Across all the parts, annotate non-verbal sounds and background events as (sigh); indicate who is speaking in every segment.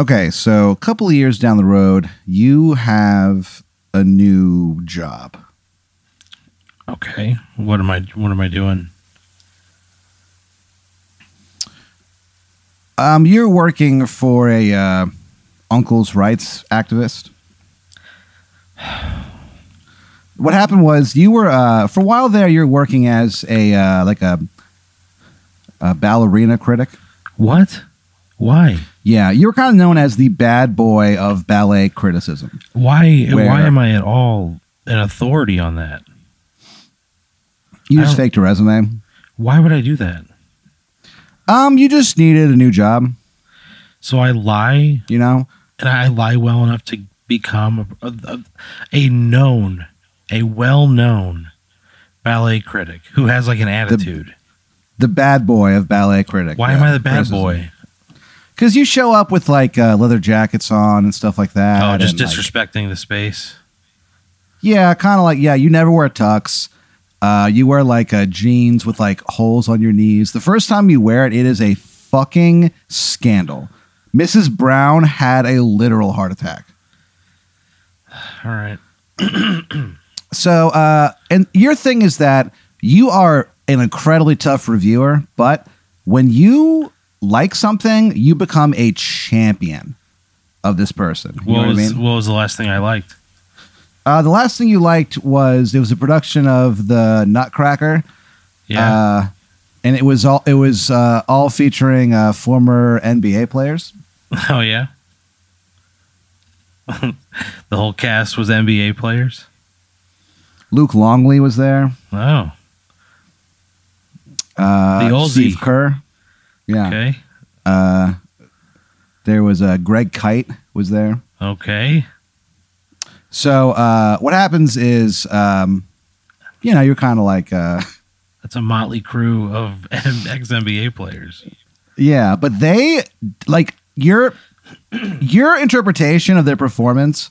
Speaker 1: Okay, so a couple of years down the road, you have a new job.
Speaker 2: Okay. What am I? What am I doing?
Speaker 1: Um, you're working for a uh, uncle's rights activist. (sighs) What happened was you were uh, for a while there. You're working as a uh, like a, a ballerina critic.
Speaker 2: What? Why?
Speaker 1: Yeah, you were kind of known as the bad boy of ballet criticism.
Speaker 2: Why?
Speaker 1: Where?
Speaker 2: Why am I at all an authority on that?
Speaker 1: You
Speaker 2: I
Speaker 1: just
Speaker 2: don't-
Speaker 1: faked a resume.
Speaker 2: Why would I do that?
Speaker 1: Um, you just needed a new job.
Speaker 2: So I lie,
Speaker 1: You know,
Speaker 2: and I lie well enough to become a, a, a known, a well-known ballet critic who has like an attitude.
Speaker 1: the bad boy of ballet critic.
Speaker 2: Why am I the bad boy?
Speaker 1: Because you show up with like uh, leather jackets on and stuff like that.
Speaker 2: Oh, just
Speaker 1: and, like-
Speaker 2: disrespecting the space.
Speaker 1: Yeah, kind of like yeah. You never wear tux. Uh, you wear like uh, jeans with like holes on your knees. The first time you wear it, it is a fucking scandal. Mrs. Brown had a literal heart attack.
Speaker 2: All right.
Speaker 1: So, uh, and your thing is that you are an incredibly tough reviewer, but when you like something, you become a champion of this person. You know
Speaker 2: What
Speaker 1: what I
Speaker 2: was
Speaker 1: mean?
Speaker 2: what was the last thing I liked?
Speaker 1: Uh, the last thing you liked was it was a production of the Nutcracker.
Speaker 2: Yeah.
Speaker 1: Uh, and it was all it was uh, all featuring uh, former NBA players.
Speaker 2: oh yeah. (laughs) the whole cast was NBA players.
Speaker 1: Luke Longley was there.
Speaker 2: Oh,
Speaker 1: Uh,
Speaker 2: The Aussie.
Speaker 1: Steve Kerr. Yeah.
Speaker 2: okay,
Speaker 1: Uh, there was uh, Greg Kite was there.
Speaker 2: okay.
Speaker 1: So uh, what happens is, um, you know, you're kind of like, uh,
Speaker 2: That's a motley crew of (laughs) ex NBA players.
Speaker 1: yeah, but they like your your interpretation of their performance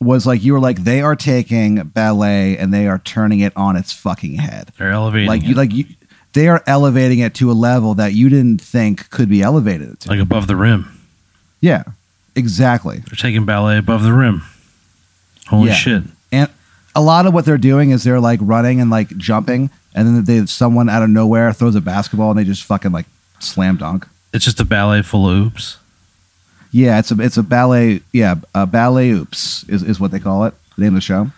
Speaker 1: was like you were like they are taking ballet and they are turning it on its fucking head.
Speaker 2: They're elevating
Speaker 1: Like
Speaker 2: like
Speaker 1: you
Speaker 2: like,
Speaker 1: like you. They are elevating it to a level that you didn't think could be elevated. To.
Speaker 2: above the rim.
Speaker 1: Yeah, exactly.
Speaker 2: They're taking ballet above the rim. Holy
Speaker 1: Yeah.
Speaker 2: shit!
Speaker 1: A lot of what they're doing is they're like running and like jumping, and then they someone out of nowhere throws a basketball and they just fucking like slam dunk.
Speaker 2: It's just a ballet full of oops.
Speaker 1: Yeah, it's a it's a ballet. Yeah, uh, ballet oops is, is what they call it. The name of the show,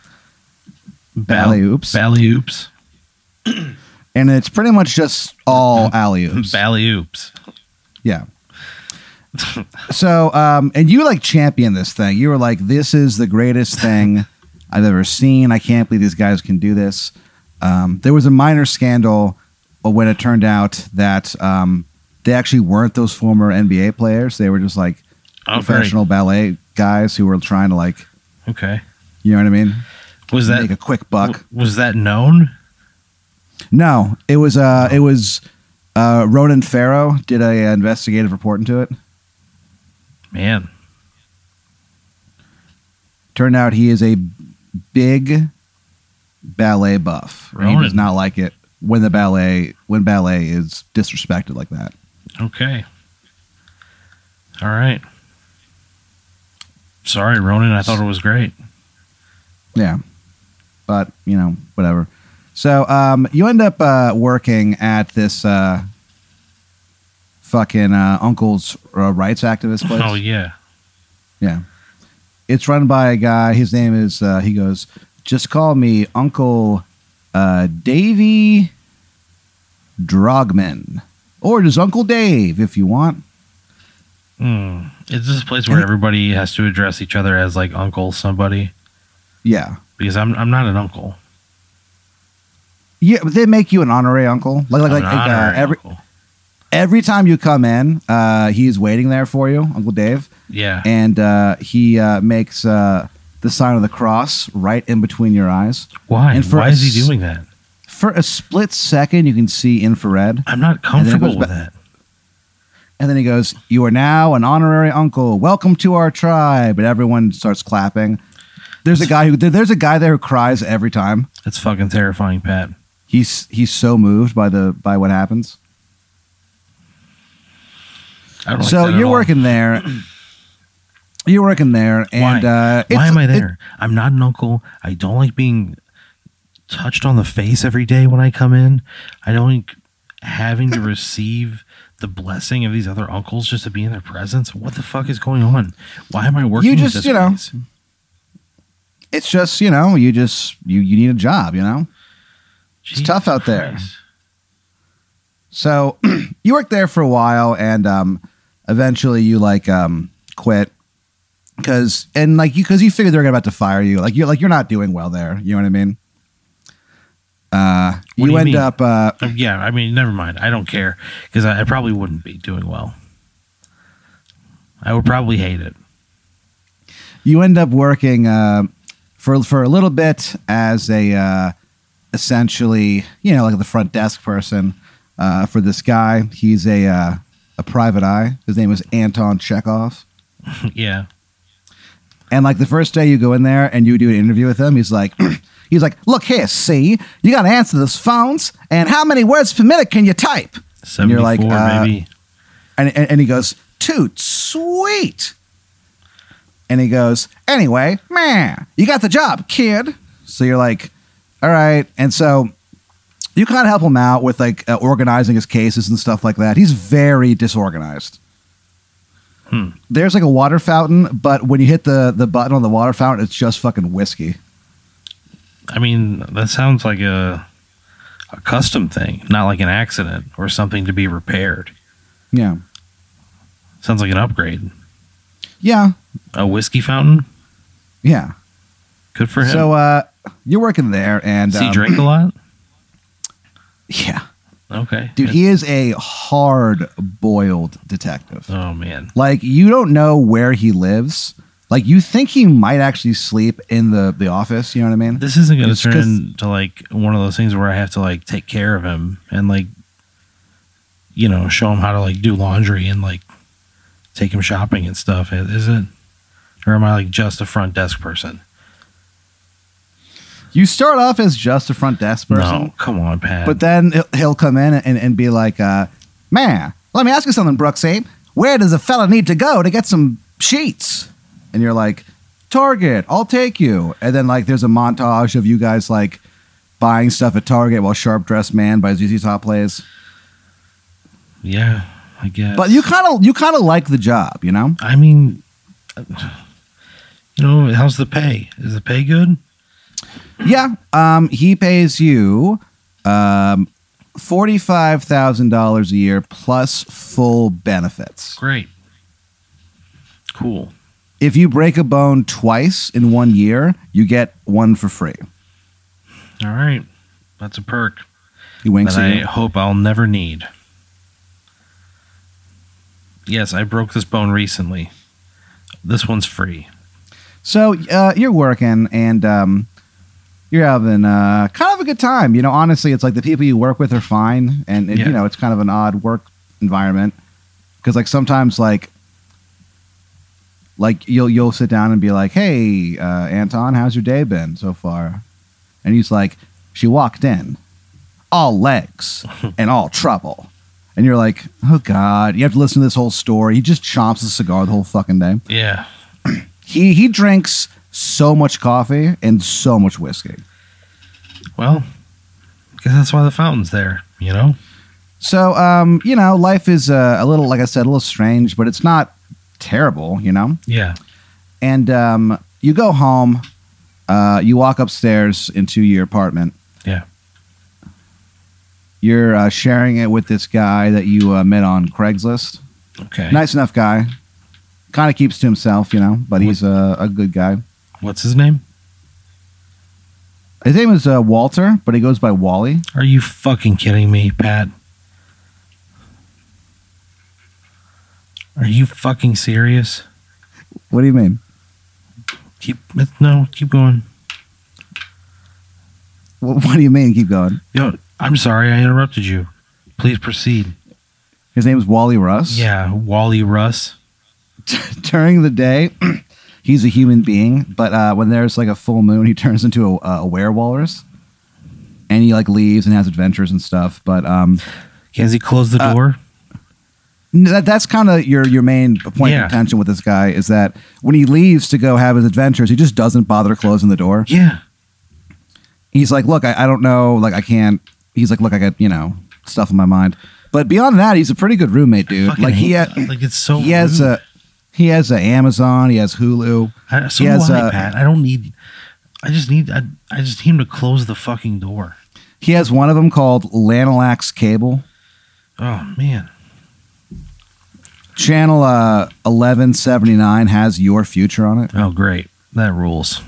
Speaker 1: ballet oops,
Speaker 2: Ballet oops.
Speaker 1: and it's pretty much just
Speaker 2: (laughs)
Speaker 1: all alley oops.
Speaker 2: Ballet oops.
Speaker 1: yeah. so, um, and you like champion this thing. You were like, "This is the greatest thing (laughs) I've ever seen. I can't believe these guys can do this." Um, there was a minor scandal when it turned out that um, they actually weren't those former NBA players. They were just like
Speaker 2: Oh, great.
Speaker 1: professional ballet guys who were trying to like,
Speaker 2: Okay.
Speaker 1: you know what I mean?
Speaker 2: Was that
Speaker 1: make a quick buck.
Speaker 2: w- was that known?
Speaker 1: no, it was uh, it was uh, Ronan Farrow did a uh, investigative report into it.
Speaker 2: Man,
Speaker 1: Turned out he is a big ballet buff. and He does
Speaker 2: Ronan.
Speaker 1: not like it when the ballet when ballet is disrespected like that.
Speaker 2: Okay. All right. Sorry, Ronan. I thought it was great.
Speaker 1: Yeah, but you know whatever. So um, you end up uh, working at this uh, fucking uh, uncle's uh, rights activist place.
Speaker 2: Oh yeah.
Speaker 1: it's run by a guy. His name is uh, he goes, just call me Uncle uh, Davy Drogman, or just Uncle Dave if you want.
Speaker 2: Hmm. Is this a place where everybody has to address each other as like uncle somebody?
Speaker 1: Yeah,
Speaker 2: Because I'm I'm not an uncle.
Speaker 1: yeah. But they make you an honorary uncle. Like like
Speaker 2: I'm
Speaker 1: like,
Speaker 2: an
Speaker 1: like, uh,
Speaker 2: honorary
Speaker 1: every
Speaker 2: uncle.
Speaker 1: every time you come in, uh, he's waiting there for you, Uncle Dave,
Speaker 2: Yeah.
Speaker 1: and uh, he uh, makes uh, the sign of the cross right in between your eyes.
Speaker 2: Why?
Speaker 1: and for
Speaker 2: Why is he
Speaker 1: us-
Speaker 2: doing that?
Speaker 1: For a split second, you can see infrared.
Speaker 2: I'm
Speaker 1: then it
Speaker 2: not
Speaker 1: goes
Speaker 2: comfortable with that.
Speaker 1: And then he goes, You are now an honorary uncle. Welcome to our tribe. And everyone starts clapping. There's a guy who there- there's a guy there who cries every time.
Speaker 2: That's fucking terrifying, Pat.
Speaker 1: He's he's so moved by the by what happens.
Speaker 2: I don't like
Speaker 1: so
Speaker 2: that at
Speaker 1: you're
Speaker 2: all.
Speaker 1: working there You're working there, and uh, it's-
Speaker 2: Why am I
Speaker 1: it-
Speaker 2: there? I'm not an uncle. I don't like being touched on the face every day when I come in. I don't like having to receive the blessing of these other uncles just to be in their presence. What the fuck is going on? Why am I working?
Speaker 1: just,
Speaker 2: this
Speaker 1: you know,
Speaker 2: place?
Speaker 1: it's just you know, you just you you need a job, you know.
Speaker 2: Jesus
Speaker 1: tough out there.
Speaker 2: Christ.
Speaker 1: So (clears throat) you worked there for a while, and um, eventually you like um quit because and like you because you figured they're about to fire you, like you're like you're not doing well there. You know what I mean? Uh,
Speaker 2: What
Speaker 1: you,
Speaker 2: do you
Speaker 1: end
Speaker 2: mean?
Speaker 1: up uh,
Speaker 2: Um, yeah, I mean, never mind. I don't care because I, I probably wouldn't be doing well. I would probably hate it. (laughs)
Speaker 1: you end up working uh, for for a little bit as a uh, essentially you know like the front desk person uh, for this guy. He's a uh, a private eye. His name is Anton Chekhov.
Speaker 2: yeah.
Speaker 1: And like the first day you go in there and you do an interview with him, he's like, (clears throat) he's like, look here, see, you got to answer those phones, and how many words per minute can you type?
Speaker 2: 74,
Speaker 1: you're like, uh,
Speaker 2: maybe.
Speaker 1: And, and, and he goes, toot, sweet. And he goes, anyway, man, you got the job, kid. So you're like, all right. And so you kind of help him out with like uh, organizing his cases and stuff like that. He's very disorganized.
Speaker 2: Hmm.
Speaker 1: There's like a water fountain, but when you hit the, the button on the water fountain, it's just fucking whiskey.
Speaker 2: I mean, that sounds like a a custom thing, not like an accident or something to be repaired.
Speaker 1: Yeah.
Speaker 2: Sounds like an upgrade.
Speaker 1: Yeah.
Speaker 2: A whiskey fountain.
Speaker 1: Yeah.
Speaker 2: Good for him.
Speaker 1: So uh, you're working there, and
Speaker 2: Does he
Speaker 1: um,
Speaker 2: drink a lot?
Speaker 1: Yeah,
Speaker 2: Okay,
Speaker 1: dude, he is a hard-boiled detective.
Speaker 2: oh man,
Speaker 1: Like you don't know where he lives. Like you think he might actually sleep in the the office. You know what I mean?
Speaker 2: this isn't going to
Speaker 1: It's
Speaker 2: turn
Speaker 1: 'cause-
Speaker 2: into like one of those things where I have to like take care of him and like, you know, show him how to like do laundry and like take him shopping and stuff. Is it? Or am I like just a front desk person?
Speaker 1: You start off as just a front desk person,
Speaker 2: No, come on, Pat.
Speaker 1: but then he'll- he'll come in and, and be like, uh, "Man, let me ask you something, Brooksy. Where does a fella need to go to get some sheets?" And you're like, "Target, I'll take you." And then like, there's a montage of you guys like buying stuff at Target while Sharp Dressed Man by ZZ Top plays.
Speaker 2: yeah, I guess.
Speaker 1: But you kind of you kind of like the job, you know?
Speaker 2: I mean, you know, how's the pay? Is the pay good?
Speaker 1: Yeah. Um, he pays you um forty five thousand dollars a year plus full benefits.
Speaker 2: Great. Cool.
Speaker 1: if you break a bone twice in one year, you get one for free.
Speaker 2: All right. That's a perk
Speaker 1: He winks
Speaker 2: that
Speaker 1: at
Speaker 2: I
Speaker 1: you.
Speaker 2: hope I'll never need. Yes, I broke this bone recently. This one's free.
Speaker 1: So uh, you're working and um, you're having uh, kind of a good time. You know, honestly, it's like the people you work with are fine, and, and,
Speaker 2: Yeah.
Speaker 1: you know, it's kind of an odd work environment because like sometimes like like you'll you'll sit down and be like, "Hey, uh, Anton, how's your day been so far?" And he's like, "She walked in, all legs and all trouble." And you're like, oh god! You have to listen to this whole story. He just chomps a cigar the whole fucking day
Speaker 2: Yeah.
Speaker 1: he he drinks so much coffee and so much whiskey.
Speaker 2: Well, because that's why the fountain's there, you know?
Speaker 1: So um, you know, life is uh, a little, like I said, a little strange, but it's not terrible, you know.
Speaker 2: Yeah.
Speaker 1: And um, you go home, uh, you walk upstairs into your apartment.
Speaker 2: Yeah.
Speaker 1: You're uh, sharing it with this guy that you uh, met on Craigslist.
Speaker 2: Okay.
Speaker 1: Nice enough guy. Kind of keeps to himself, you know, but he's a, a good guy.
Speaker 2: What's his name?
Speaker 1: His name is uh, Walter, but he goes by Wally.
Speaker 2: Are you fucking kidding me, Pat? Are you fucking serious?
Speaker 1: What do you mean? (laughs)
Speaker 2: Keep no, keep going.
Speaker 1: What, what do you mean? Keep going.
Speaker 2: Yo, I'm sorry I interrupted you. Please proceed.
Speaker 1: His name is Wally Russ.
Speaker 2: Yeah, Wally Russ.
Speaker 1: (laughs) during the day, (clears throat) he's a human being, but uh, when there's like a full moon, he turns into a, a werewolf, and he like leaves and has adventures and stuff. But um,
Speaker 2: Can he close the
Speaker 1: Uh,
Speaker 2: door?
Speaker 1: that, that's kind of your your main point
Speaker 2: Yeah.
Speaker 1: of contention with this guy is that when he leaves to go have his adventures, he just doesn't bother closing the door.
Speaker 2: Yeah.
Speaker 1: He's like, look, I, I don't know, like I can't. He's like, look, I got you know stuff in my mind. But beyond that, he's a pretty good roommate, dude.
Speaker 2: Fucking
Speaker 1: like he
Speaker 2: hate
Speaker 1: ha-
Speaker 2: that. like it's so
Speaker 1: he has
Speaker 2: rude.
Speaker 1: a he has a Amazon, he has Hulu.
Speaker 2: I,
Speaker 1: uh, he
Speaker 2: so
Speaker 1: has
Speaker 2: do I,
Speaker 1: a-
Speaker 2: Pat. I don't need. I just need. I, I just need him to close the fucking door.
Speaker 1: He has one of them called Lanalax Cable,
Speaker 2: Oh man.
Speaker 1: channel uh, eleven seventy nine has Your Future on it.
Speaker 2: Oh great. That rules.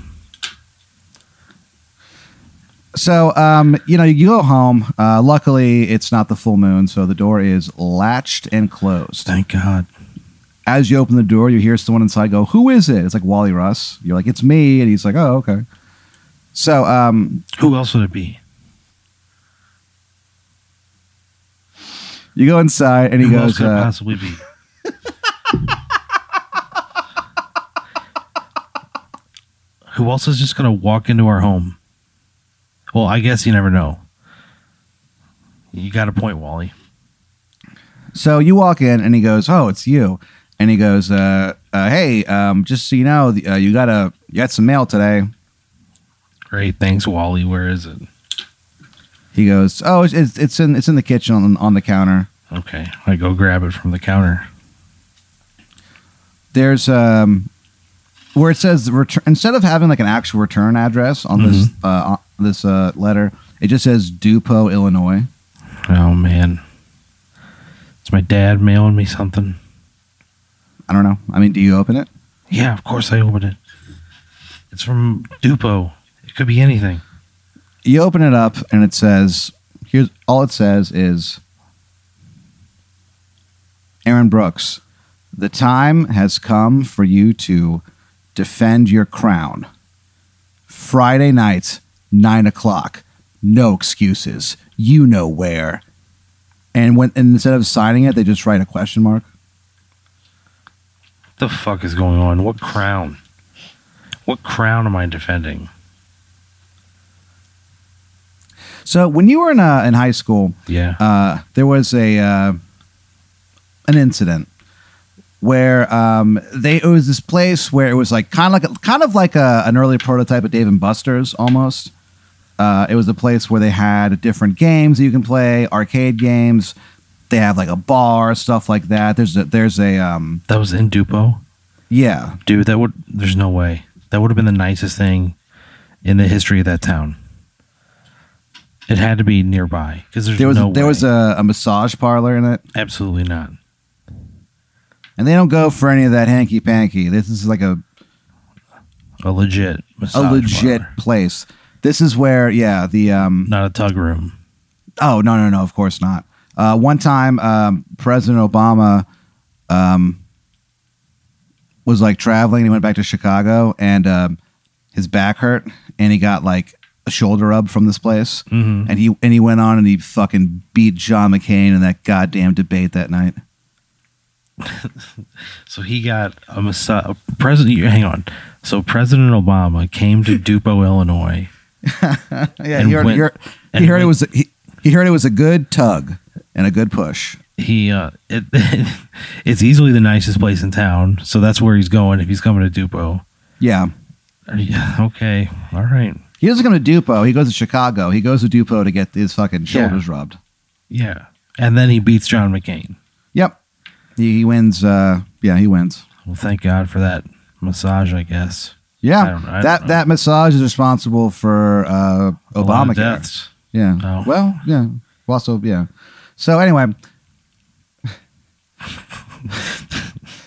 Speaker 1: So, um, you know, you go home. Uh, luckily, it's not the full moon, so the door is latched and closed.
Speaker 2: Thank God.
Speaker 1: As you open the door, you hear someone inside go, "Who is it?" It's like Wally Russ. You're like, "It's me," and he's like, "Oh, okay." So, um,
Speaker 2: Who else would it be?
Speaker 1: you go inside, and he
Speaker 2: Who else
Speaker 1: goes,
Speaker 2: could it
Speaker 1: uh,
Speaker 2: possibly (laughs) be? Who else is just gonna walk into our home? Well, I guess you never know. You got a point, Wally.
Speaker 1: "So you walk in," and he goes, "Oh, it's you," and he goes, uh, uh, "Hey, um, just so you know, the- uh, you got a you got some mail today."
Speaker 2: Great, thanks, Wally. Where is it?
Speaker 1: He goes, "Oh, it's- it's it's in it's in the kitchen on on the counter."
Speaker 2: Okay, I go grab it from the counter.
Speaker 1: there's um where it says return instead of having like an actual return address on this uh on this uh letter it just says dupo illinois
Speaker 2: Oh man, it's my dad mailing me something.
Speaker 1: i don't know i mean do you open it
Speaker 2: Yeah, of course I opened it. It's from Dupo. It could be anything.
Speaker 1: you open it up and it says here's all it says is aaron brooks the time has come for you to defend your crown friday night nine o'clock no excuses you know where and when and instead of signing it they just write a question mark
Speaker 2: What the fuck is going on? What crown? What crown am I defending?
Speaker 1: so when you were in, uh, in high school
Speaker 2: Yeah.
Speaker 1: uh, there was a uh, an incident where um, they it was this place where it was like kind of like kind of like a, an early prototype of Dave and Buster's almost. Uh, it was a place where they had different games that you can play, arcade games. They have like a bar, stuff like that. There's a, there's a um,
Speaker 2: That was in Dupo,
Speaker 1: yeah.
Speaker 2: dude. That would. There's no way. That would have been the nicest thing in the history of that town. It had to be nearby because there's
Speaker 1: There was
Speaker 2: no
Speaker 1: there
Speaker 2: way.
Speaker 1: was a, a massage parlor in it,
Speaker 2: absolutely not.
Speaker 1: and they don't go for any of that hanky panky. This is like a
Speaker 2: A legit.
Speaker 1: a
Speaker 2: massage
Speaker 1: legit
Speaker 2: parlor.
Speaker 1: place. This is where yeah the um,
Speaker 2: Not a tug room.
Speaker 1: Oh no, no, no! Of course not. Uh, one time, um, President Obama um, was like traveling. He went back to Chicago, and um, his back hurt, and he got like a shoulder rub from this place.
Speaker 2: Mm-hmm.
Speaker 1: And he and he went on and he fucking beat John McCain in that goddamn debate that night. (laughs)
Speaker 2: So he got a massage. President, hang on. So President Obama came to Dupo, (laughs) Illinois.
Speaker 1: Yeah,
Speaker 2: And
Speaker 1: he heard,
Speaker 2: went-
Speaker 1: he heard,
Speaker 2: and
Speaker 1: he heard it
Speaker 2: went-
Speaker 1: was he, he heard it was a good tug and a good push.
Speaker 2: He uh, it, (laughs) it's easily the nicest place in town. So that's where he's going if he's coming to Dupo.
Speaker 1: Yeah.
Speaker 2: Are you- Okay, all right.
Speaker 1: He doesn't come to Dupo. He goes to Chicago. He goes to Dupo to get his fucking
Speaker 2: Yeah.
Speaker 1: shoulders rubbed.
Speaker 2: Yeah, and then he beats John McCain.
Speaker 1: Yep. He, he wins. Uh, yeah, he wins.
Speaker 2: Well, thank God for that massage, I guess.
Speaker 1: Yeah.
Speaker 2: I don't- I don't
Speaker 1: that
Speaker 2: know.
Speaker 1: that massage is responsible for uh,
Speaker 2: A lot of
Speaker 1: Obamacare.
Speaker 2: deaths.
Speaker 1: Yeah.
Speaker 2: Oh.
Speaker 1: Well, yeah. Well, Also, yeah. So anyway. (laughs)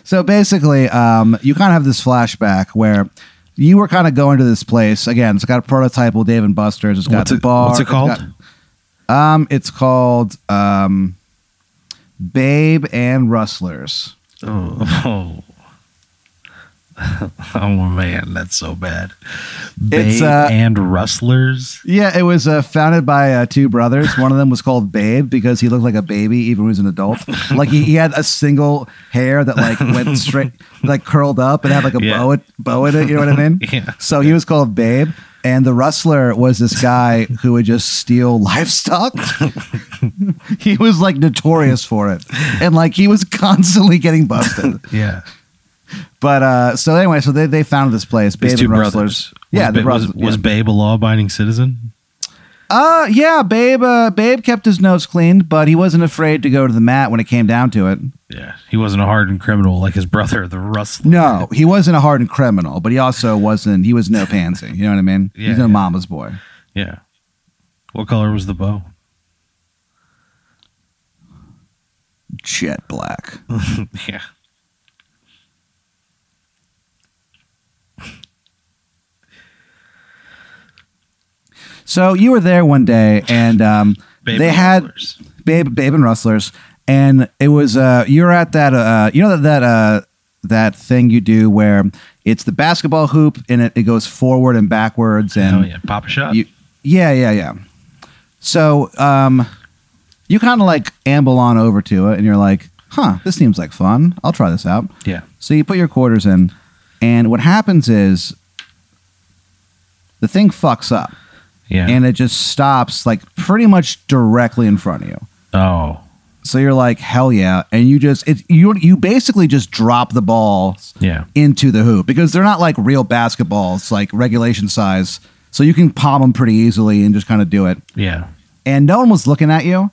Speaker 1: so basically, um, you kind of have this flashback where you were kind of going to this place again. It's got a prototype of Dave and Buster's. It's got
Speaker 2: What's
Speaker 1: the
Speaker 2: it-
Speaker 1: bar.
Speaker 2: what's it
Speaker 1: It's
Speaker 2: called?
Speaker 1: got- um, it's called um, Babe and Rustlers.
Speaker 2: Oh, (laughs) oh, oh man, that's so bad.
Speaker 1: It's,
Speaker 2: Babe
Speaker 1: uh,
Speaker 2: and rustlers.
Speaker 1: Yeah, it was uh, founded by uh, two brothers. One of them was called Babe because he looked like a baby even when he was an
Speaker 2: (laughs)
Speaker 1: adult. Like he, he had a single hair that like went straight, like curled up and had like a
Speaker 2: Yeah. (laughs)
Speaker 1: bow, bow in it. You know what I mean?
Speaker 2: (laughs) Yeah.
Speaker 1: So he was called Babe. And the rustler was this guy who would just steal livestock. (laughs) he was like notorious for it. And like he was constantly getting busted.
Speaker 2: Yeah.
Speaker 1: But uh so anyway, so they, they founded this place, Babe
Speaker 2: His two
Speaker 1: and Rustlers.
Speaker 2: brothers.
Speaker 1: Yeah,
Speaker 2: was,
Speaker 1: the
Speaker 2: Ba- was,
Speaker 1: Rustlers.
Speaker 2: was
Speaker 1: yeah.
Speaker 2: Babe a law-abiding citizen?
Speaker 1: Uh yeah, Babe uh, Babe kept his nose clean, but he wasn't afraid to go to the mat when it came down to it.
Speaker 2: Yeah, he wasn't a hardened criminal like his brother, the rustler.
Speaker 1: No, (laughs) he wasn't a hardened criminal, but he also wasn't he was no pansy. You know what I mean?
Speaker 2: Yeah,
Speaker 1: He's no
Speaker 2: yeah.
Speaker 1: mama's boy.
Speaker 2: Yeah. What color was the bow? (laughs)
Speaker 1: Jet black.
Speaker 2: yeah.
Speaker 1: So you were there one day, and um,
Speaker 2: Babe
Speaker 1: they
Speaker 2: and
Speaker 1: had
Speaker 2: Rustlers.
Speaker 1: Babe, Babe and Rustlers, and it was uh, you were at that uh, you know that that uh, that thing you do where it's the basketball hoop and it, it goes forward and backwards and
Speaker 2: Oh yeah, Papa Shot.
Speaker 1: you- yeah, yeah, yeah. So um, you kind of like amble on over to it, and you're like, "Huh, this seems like fun. I'll try this out."
Speaker 2: yeah.
Speaker 1: So you put your quarters in, and what happens is the thing fucks up.
Speaker 2: Yeah.
Speaker 1: and it just stops like pretty much directly in front of you.
Speaker 2: oh.
Speaker 1: So you're like, hell yeah, and you just it you you basically just drop the ball
Speaker 2: Yeah.
Speaker 1: into the hoop because they're not like real basketballs, like regulation size, so you can palm them pretty easily and just kind of do it.
Speaker 2: Yeah.
Speaker 1: And no one was looking at you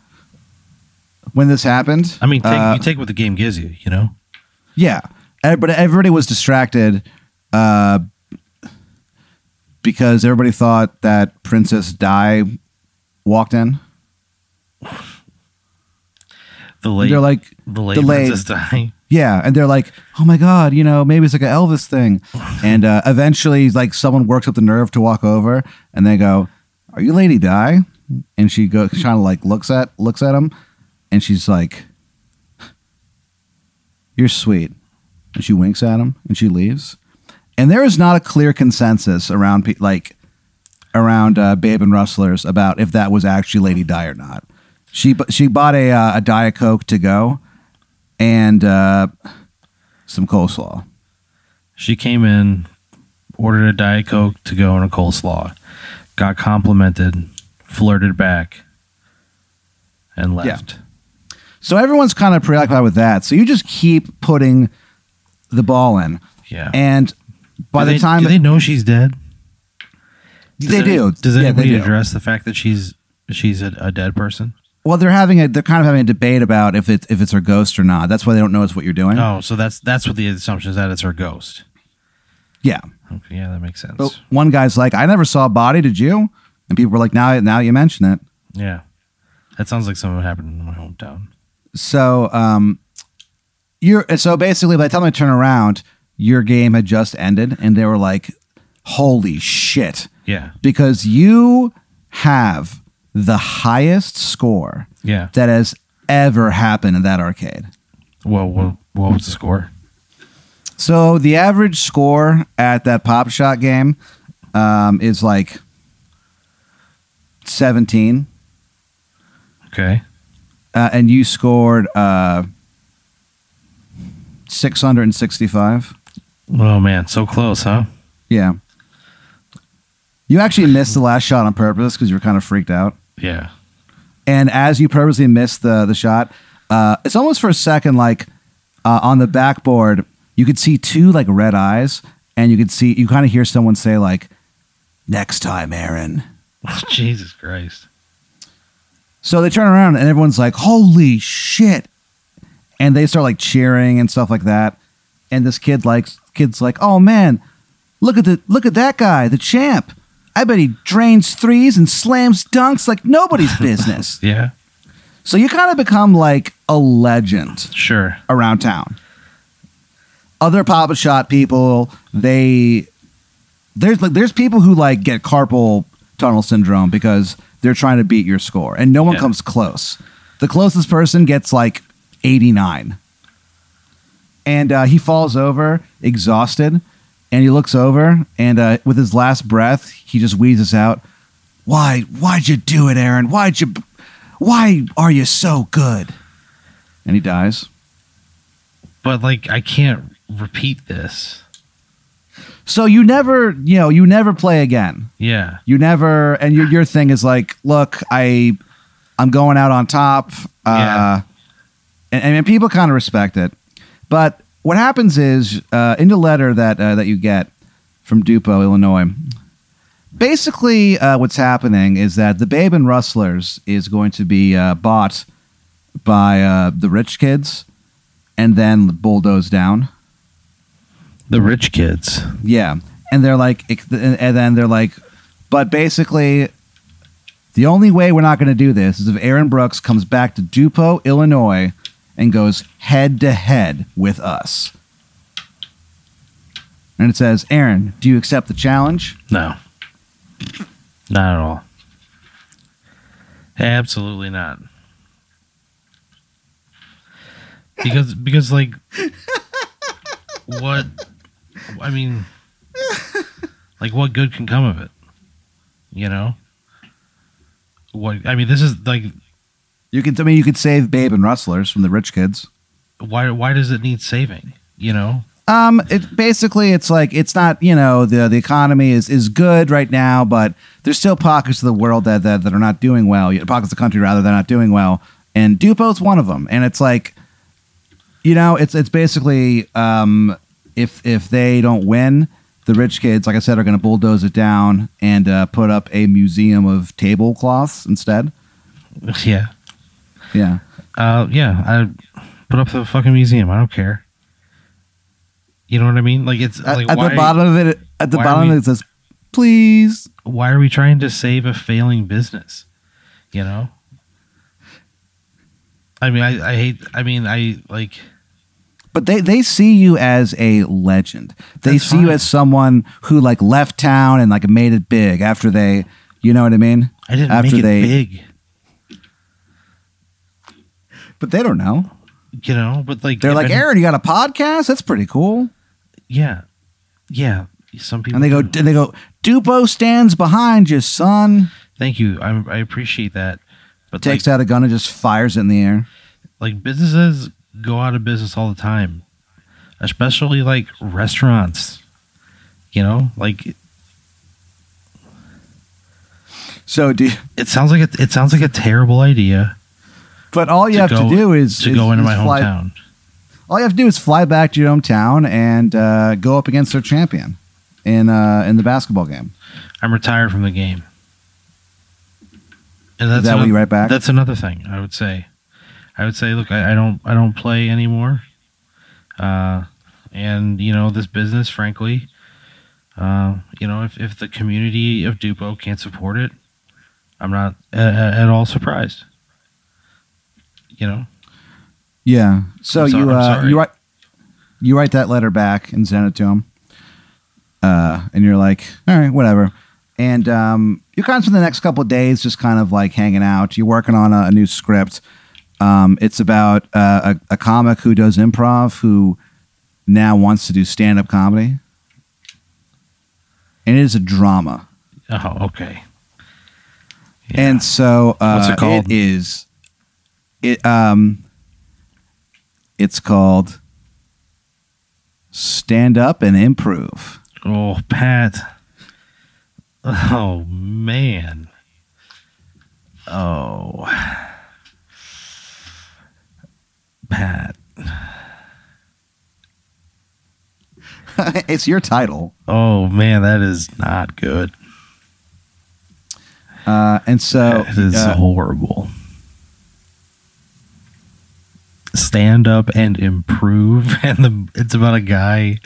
Speaker 1: when this happened.
Speaker 2: I mean, take,
Speaker 1: Uh,
Speaker 2: you take what the game gives you, you know?
Speaker 1: Yeah, Eh, but everybody was distracted uh, because everybody thought that Princess Di walked in.
Speaker 2: The late,
Speaker 1: They're like,
Speaker 2: the late,
Speaker 1: delayed.
Speaker 2: Princess Di. (laughs)
Speaker 1: Yeah, and they're like, "Oh my god, you know, maybe it's like an Elvis thing." And uh, eventually, like someone works up the nerve to walk over, and they go, "Are you Lady Di?" And she goes, kind of like looks at looks at him, and she's like, "You're sweet," and she winks at him, and she leaves. And there is not a clear consensus around pe- like around uh, Babe and Rustlers about if that was actually Lady Di or not. She bu- she bought a uh, a Diet Coke to go and uh, some coleslaw.
Speaker 2: She came in, ordered a Diet Coke to go and a coleslaw, got complimented, flirted back, and left.
Speaker 1: So everyone's kind of preoccupied with that. So you just keep putting the ball in,
Speaker 2: Yeah.
Speaker 1: and by
Speaker 2: Do
Speaker 1: the
Speaker 2: they-
Speaker 1: time
Speaker 2: do they know she's dead? Does
Speaker 1: They
Speaker 2: any-
Speaker 1: do.
Speaker 2: Does
Speaker 1: Yeah, they
Speaker 2: anybody
Speaker 1: do.
Speaker 2: address the fact that she's she's a, a dead person?
Speaker 1: well, they're having a they're kind of having a debate about if it's if it's her ghost or not. That's why they don't know it's what you're doing.
Speaker 2: Oh, so that's that's what the assumption is that it's her ghost.
Speaker 1: Yeah, Oh.
Speaker 2: Okay, yeah, that makes sense.
Speaker 1: but one guy's like, "I never saw a body, did you?" And people were like, "Now, now you mention it."
Speaker 2: Yeah, that sounds like something that happened in my hometown.
Speaker 1: So, um, you're so basically by the time I turn around, your game had just ended, and they were like, "Holy shit!"
Speaker 2: Yeah,
Speaker 1: because you have the highest score
Speaker 2: yeah.
Speaker 1: that has ever happened in that arcade.
Speaker 2: Well, what, what was the score?
Speaker 1: So the average score at that pop shot game um, is like 17,
Speaker 2: Okay,
Speaker 1: uh, and you scored uh, 665.
Speaker 2: Oh man, so close, huh?
Speaker 1: Yeah. You actually missed the last shot on purpose because you were kind of freaked out.
Speaker 2: Yeah. (laughs)
Speaker 1: and as you purposely miss the the shot, uh, it's almost for a second like uh, on the backboard you could see two like red eyes, and you could see you kind of hear someone say like, "Next time, Aaron."
Speaker 2: Jesus Christ.
Speaker 1: So they turn around and everyone's like, "Holy shit!" And they start like cheering and stuff like that. And this kid like kid's like, "Oh man, look at the look at that guy, the champ." I bet he drains threes and slams dunks like nobody's business.
Speaker 2: Yeah.
Speaker 1: So you kind of become like a legend
Speaker 2: Sure.
Speaker 1: around town. Other Papa Shot people, they there's like there's people who like get carpal tunnel syndrome because they're trying to beat your score and no one
Speaker 2: Yeah.
Speaker 1: comes close. The closest person gets like 89. And uh, he falls over exhausted and he looks over and uh, with his last breath, he just wheezes out, "Why why'd you do it, Aaron? Why'd you why are you so good?" And he dies.
Speaker 2: But like I can't repeat this.
Speaker 1: So you never, you know, you never play again.
Speaker 2: Yeah.
Speaker 1: You never, and your your thing is like, look, I, I'm going out on top. Uh,
Speaker 2: Yeah.
Speaker 1: and, and people kind of respect it, but what happens is uh, in the letter that uh, that you get from Dupo, Illinois, basically uh, what's happening is that the Babe and Rustlers is going to be uh, bought by uh, the rich kids and then bulldozed down.
Speaker 2: The rich kids.
Speaker 1: Yeah, and they're like, and then they're like, but basically, the only way we're not going to do this is if Aaron Brooks comes back to Dupo, Illinois, and goes head to head with us. And it says, Aaron, do you accept the challenge?
Speaker 2: No. Not at all. Absolutely not. Because because like what I mean like what good can come of it? You know? What I mean this is like
Speaker 1: You can. I mean, you could save Babe and Rustlers from the rich kids.
Speaker 2: why why does it need saving? You know? (laughs)
Speaker 1: Um, it basically it's like it's not you know the the economy is is good right now, but there's still pockets of the world that that, that are not doing well. Pockets of the country rather that are not doing well, and Dupo's one of them. And it's like, you know, it's it's basically um, if if they don't win, the rich kids, like I said, are going to bulldoze it down and uh, put up a museum of tablecloths instead.
Speaker 2: Yeah.
Speaker 1: Yeah.
Speaker 2: Uh, yeah, I put up the fucking museum. I don't care. You know what I mean? Like it's
Speaker 1: At,
Speaker 2: like
Speaker 1: at
Speaker 2: why,
Speaker 1: the bottom of it, at the
Speaker 2: why are
Speaker 1: bottom
Speaker 2: we-
Speaker 1: it says, "Please."
Speaker 2: Why are we trying to save a failing business? You know. I mean, I, I hate. I mean, I like.
Speaker 1: But they, they see you as a legend. They
Speaker 2: That's
Speaker 1: see you
Speaker 2: fine.
Speaker 1: as someone who like left town and like made it big after they, you know what I mean?
Speaker 2: I didn't
Speaker 1: After
Speaker 2: make it
Speaker 1: they-
Speaker 2: big.
Speaker 1: But they don't know.
Speaker 2: You know, but like
Speaker 1: They're
Speaker 2: if
Speaker 1: like,
Speaker 2: I-
Speaker 1: Aaron, you got a podcast? That's pretty cool.
Speaker 2: Yeah, yeah. Some people
Speaker 1: And they go,
Speaker 2: do.
Speaker 1: and they go, Dupo stands behind you, son.
Speaker 2: Thank you. I, I appreciate that. But like,
Speaker 1: Takes out a gun and just fires it in the air.
Speaker 2: like businesses go out of business all the time especially like restaurants you know like
Speaker 1: So, do
Speaker 2: it sounds like a, it sounds like a terrible idea
Speaker 1: but all you
Speaker 2: To
Speaker 1: have to
Speaker 2: go-
Speaker 1: do is
Speaker 2: to
Speaker 1: is-
Speaker 2: go into
Speaker 1: is
Speaker 2: my
Speaker 1: fly-
Speaker 2: hometown
Speaker 1: All you have to do is fly back to your hometown and uh, go up against their champion in uh, in the basketball game.
Speaker 2: i'm retired from the game and
Speaker 1: Is that
Speaker 2: ano-
Speaker 1: what you write back?
Speaker 2: that's another thing i would say i would say look i, I don't i don't play anymore uh and you know this business frankly uh, you know if, if the community of dupo can't support it i'm not a, a- at all surprised you know
Speaker 1: Yeah. So
Speaker 2: I'm so-
Speaker 1: you
Speaker 2: I'm
Speaker 1: uh,
Speaker 2: sorry.
Speaker 1: you write you write that letter back and send it to him, uh, and you're like, all right, whatever. And um, you kind of spend the next couple of days just kind of like hanging out. You're working on a, a new script. Um, it's about uh, a, a comic who does improv who now wants to do stand up comedy, and it is a drama.
Speaker 2: oh okay Yeah.
Speaker 1: And so uh,
Speaker 2: What's it called?
Speaker 1: It is it um it's called Stand Up and Improve.
Speaker 2: oh pat oh man oh pat
Speaker 1: (laughs) it's your title.
Speaker 2: oh man that is not good
Speaker 1: Uh, and so
Speaker 2: That is
Speaker 1: uh,
Speaker 2: horrible. Stand up and improve, (laughs) and the it's about a guy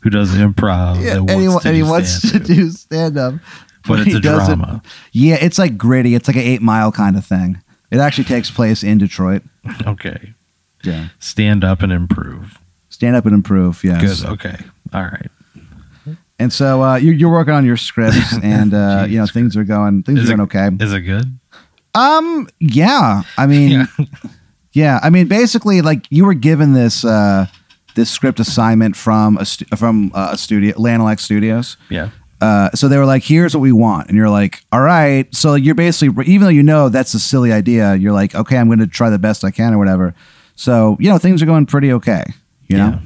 Speaker 2: who does improv
Speaker 1: yeah,
Speaker 2: that
Speaker 1: and
Speaker 2: wants
Speaker 1: he, wa-
Speaker 2: to
Speaker 1: and he
Speaker 2: do
Speaker 1: wants to
Speaker 2: stand-up.
Speaker 1: do stand up. (laughs)
Speaker 2: but it's a
Speaker 1: doesn't-
Speaker 2: drama.
Speaker 1: Yeah, it's like gritty. It's like an 8 mile kind of thing. It actually takes place in Detroit.
Speaker 2: Okay,
Speaker 1: Yeah.
Speaker 2: stand up and improve.
Speaker 1: Stand up and improve. Yes.
Speaker 2: Good. Okay. All right.
Speaker 1: And so uh, you're, you're working on your
Speaker 2: (laughs)
Speaker 1: scripts, and uh, you know
Speaker 2: Jesus
Speaker 1: things are going things
Speaker 2: Is
Speaker 1: are
Speaker 2: it-
Speaker 1: going okay.
Speaker 2: Is it good?
Speaker 1: Um. Yeah. I mean.
Speaker 2: Yeah.
Speaker 1: (laughs) Yeah. I mean, basically, like you were given this uh, this script assignment from a stu- from uh, a studio, Lanalac Studios.
Speaker 2: Yeah.
Speaker 1: Uh, so they were like, "Here's what we want," and you're like, "All right." So you're basically, even though you know that's a silly idea, you're like, "Okay, I'm going to try the best I can or whatever." So you know things are going pretty okay. You know.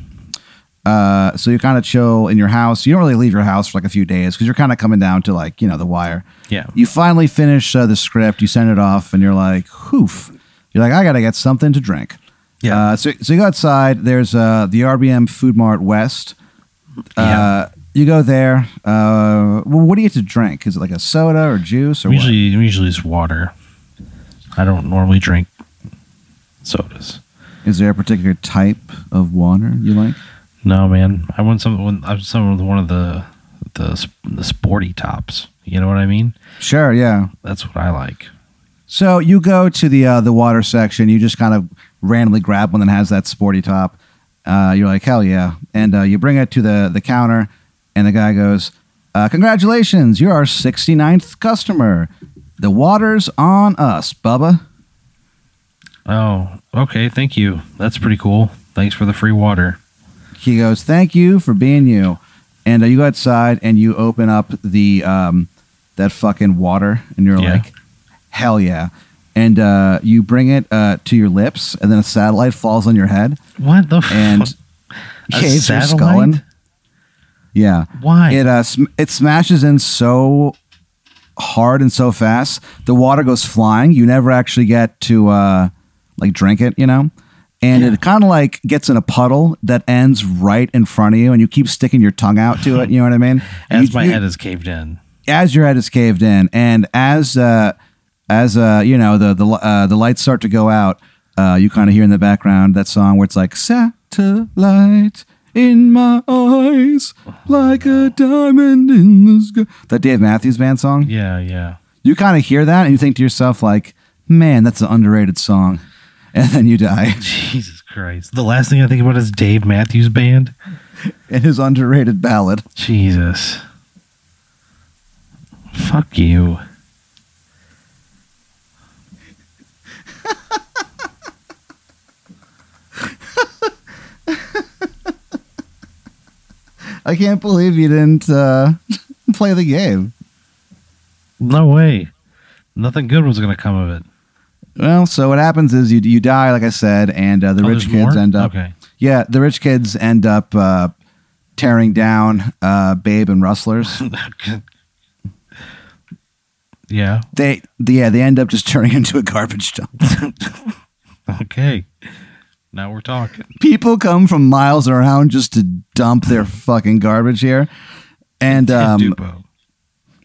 Speaker 1: Uh, so you kind of chill in your house. You don't really leave your house for like a few days because you're kind of coming down to like you know the wire.
Speaker 2: Yeah.
Speaker 1: You finally finish uh, the script. You send it off, and you're like, "Hoof!" You're like, "I gotta get something to drink."
Speaker 2: Yeah.
Speaker 1: Uh, so, so you go outside. There's uh, the RBM Food Mart West. Uh, You go there. Uh, well, what do you get to drink? Is it like a soda or juice or what?
Speaker 2: usually, usually it's water. I don't normally drink sodas.
Speaker 1: Is there a particular type of water you like?
Speaker 2: No, man. I want some. when- I want some with one of the the s- the sporty tops. You know what I mean?
Speaker 1: Sure, yeah.
Speaker 2: That's what I like.
Speaker 1: So you go to the uh, the water section. You just kind of randomly grab one that has that sporty top. Uh, you're like, hell yeah! And uh, you bring it to the the counter, and the guy goes, uh, "Congratulations, you're our 69th customer. The water's on us, Bubba."
Speaker 2: Oh, okay. Thank you. That's pretty cool. Thanks for the free water.
Speaker 1: He goes, "Thank you for being you." And uh, you go outside and you open up the um, that fucking water, and you're
Speaker 2: Yeah.
Speaker 1: like, "Hell yeah!" And uh, you bring it uh, to your lips, and then a satellite falls on your head
Speaker 2: What the (laughs)
Speaker 1: and
Speaker 2: fuck? A
Speaker 1: caves your skull
Speaker 2: satellite?
Speaker 1: in. Yeah,
Speaker 2: Why?
Speaker 1: it uh, sm- it smashes in so hard and so fast, the water goes flying. You never actually get to uh, like drink it, you know. And it kind of like gets in a puddle that ends right in front of you, and you keep sticking your tongue out to it. You know what I mean?
Speaker 2: As
Speaker 1: You-
Speaker 2: my
Speaker 1: you-
Speaker 2: head is caved in.
Speaker 1: as your head is caved in, and as uh, as uh, you know the the li- uh, the lights start to go out, uh, you kind of hear in the background that song where it's like satellite in my eyes, like a diamond in the sky. That Dave Matthews Band song.
Speaker 2: Yeah, yeah. (laughs)
Speaker 1: You kind of hear that, and you think to yourself like, "Man, that's an underrated song," and then you die. (laughs)
Speaker 2: Jesus Christ. The last thing I think about is Dave Matthews Band.
Speaker 1: It is underrated ballad.
Speaker 2: Jesus. Fuck you.
Speaker 1: I can't believe you didn't uh, (laughs) play the game.
Speaker 2: No way. Nothing good was going to come of it.
Speaker 1: Well, so what happens is you you die, like I said, and uh, the
Speaker 2: Oh,
Speaker 1: rich
Speaker 2: there's
Speaker 1: kids
Speaker 2: more?
Speaker 1: end up.
Speaker 2: Okay. (laughs)
Speaker 1: Yeah, the rich kids end up uh, tearing down uh, Babe and Rustlers.
Speaker 2: yeah.
Speaker 1: They, they yeah, they end up just (laughs) turning into a garbage dump.
Speaker 2: Okay. Now we're talking.
Speaker 1: People come from miles around just to dump their fucking garbage here, and um,
Speaker 2: Dupo.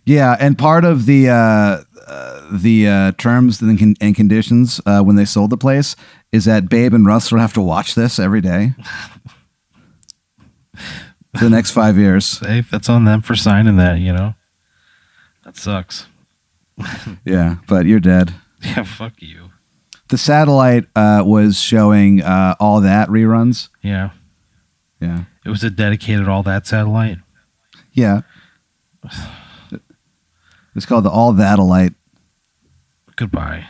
Speaker 1: yeah, and part of the uh, uh, the uh, terms and, con- and conditions uh, when they sold the place is that Babe and Rustler have to watch this every day for the next five years.
Speaker 2: Hey, that's on them for signing that, you know? That sucks. (laughs)
Speaker 1: Yeah, but you're dead.
Speaker 2: Yeah, fuck you.
Speaker 1: The satellite uh, was showing uh, all that reruns.
Speaker 2: Yeah.
Speaker 1: Yeah.
Speaker 2: It was a dedicated all that satellite.
Speaker 1: Yeah. It's called the All Thatalite.
Speaker 2: Goodbye.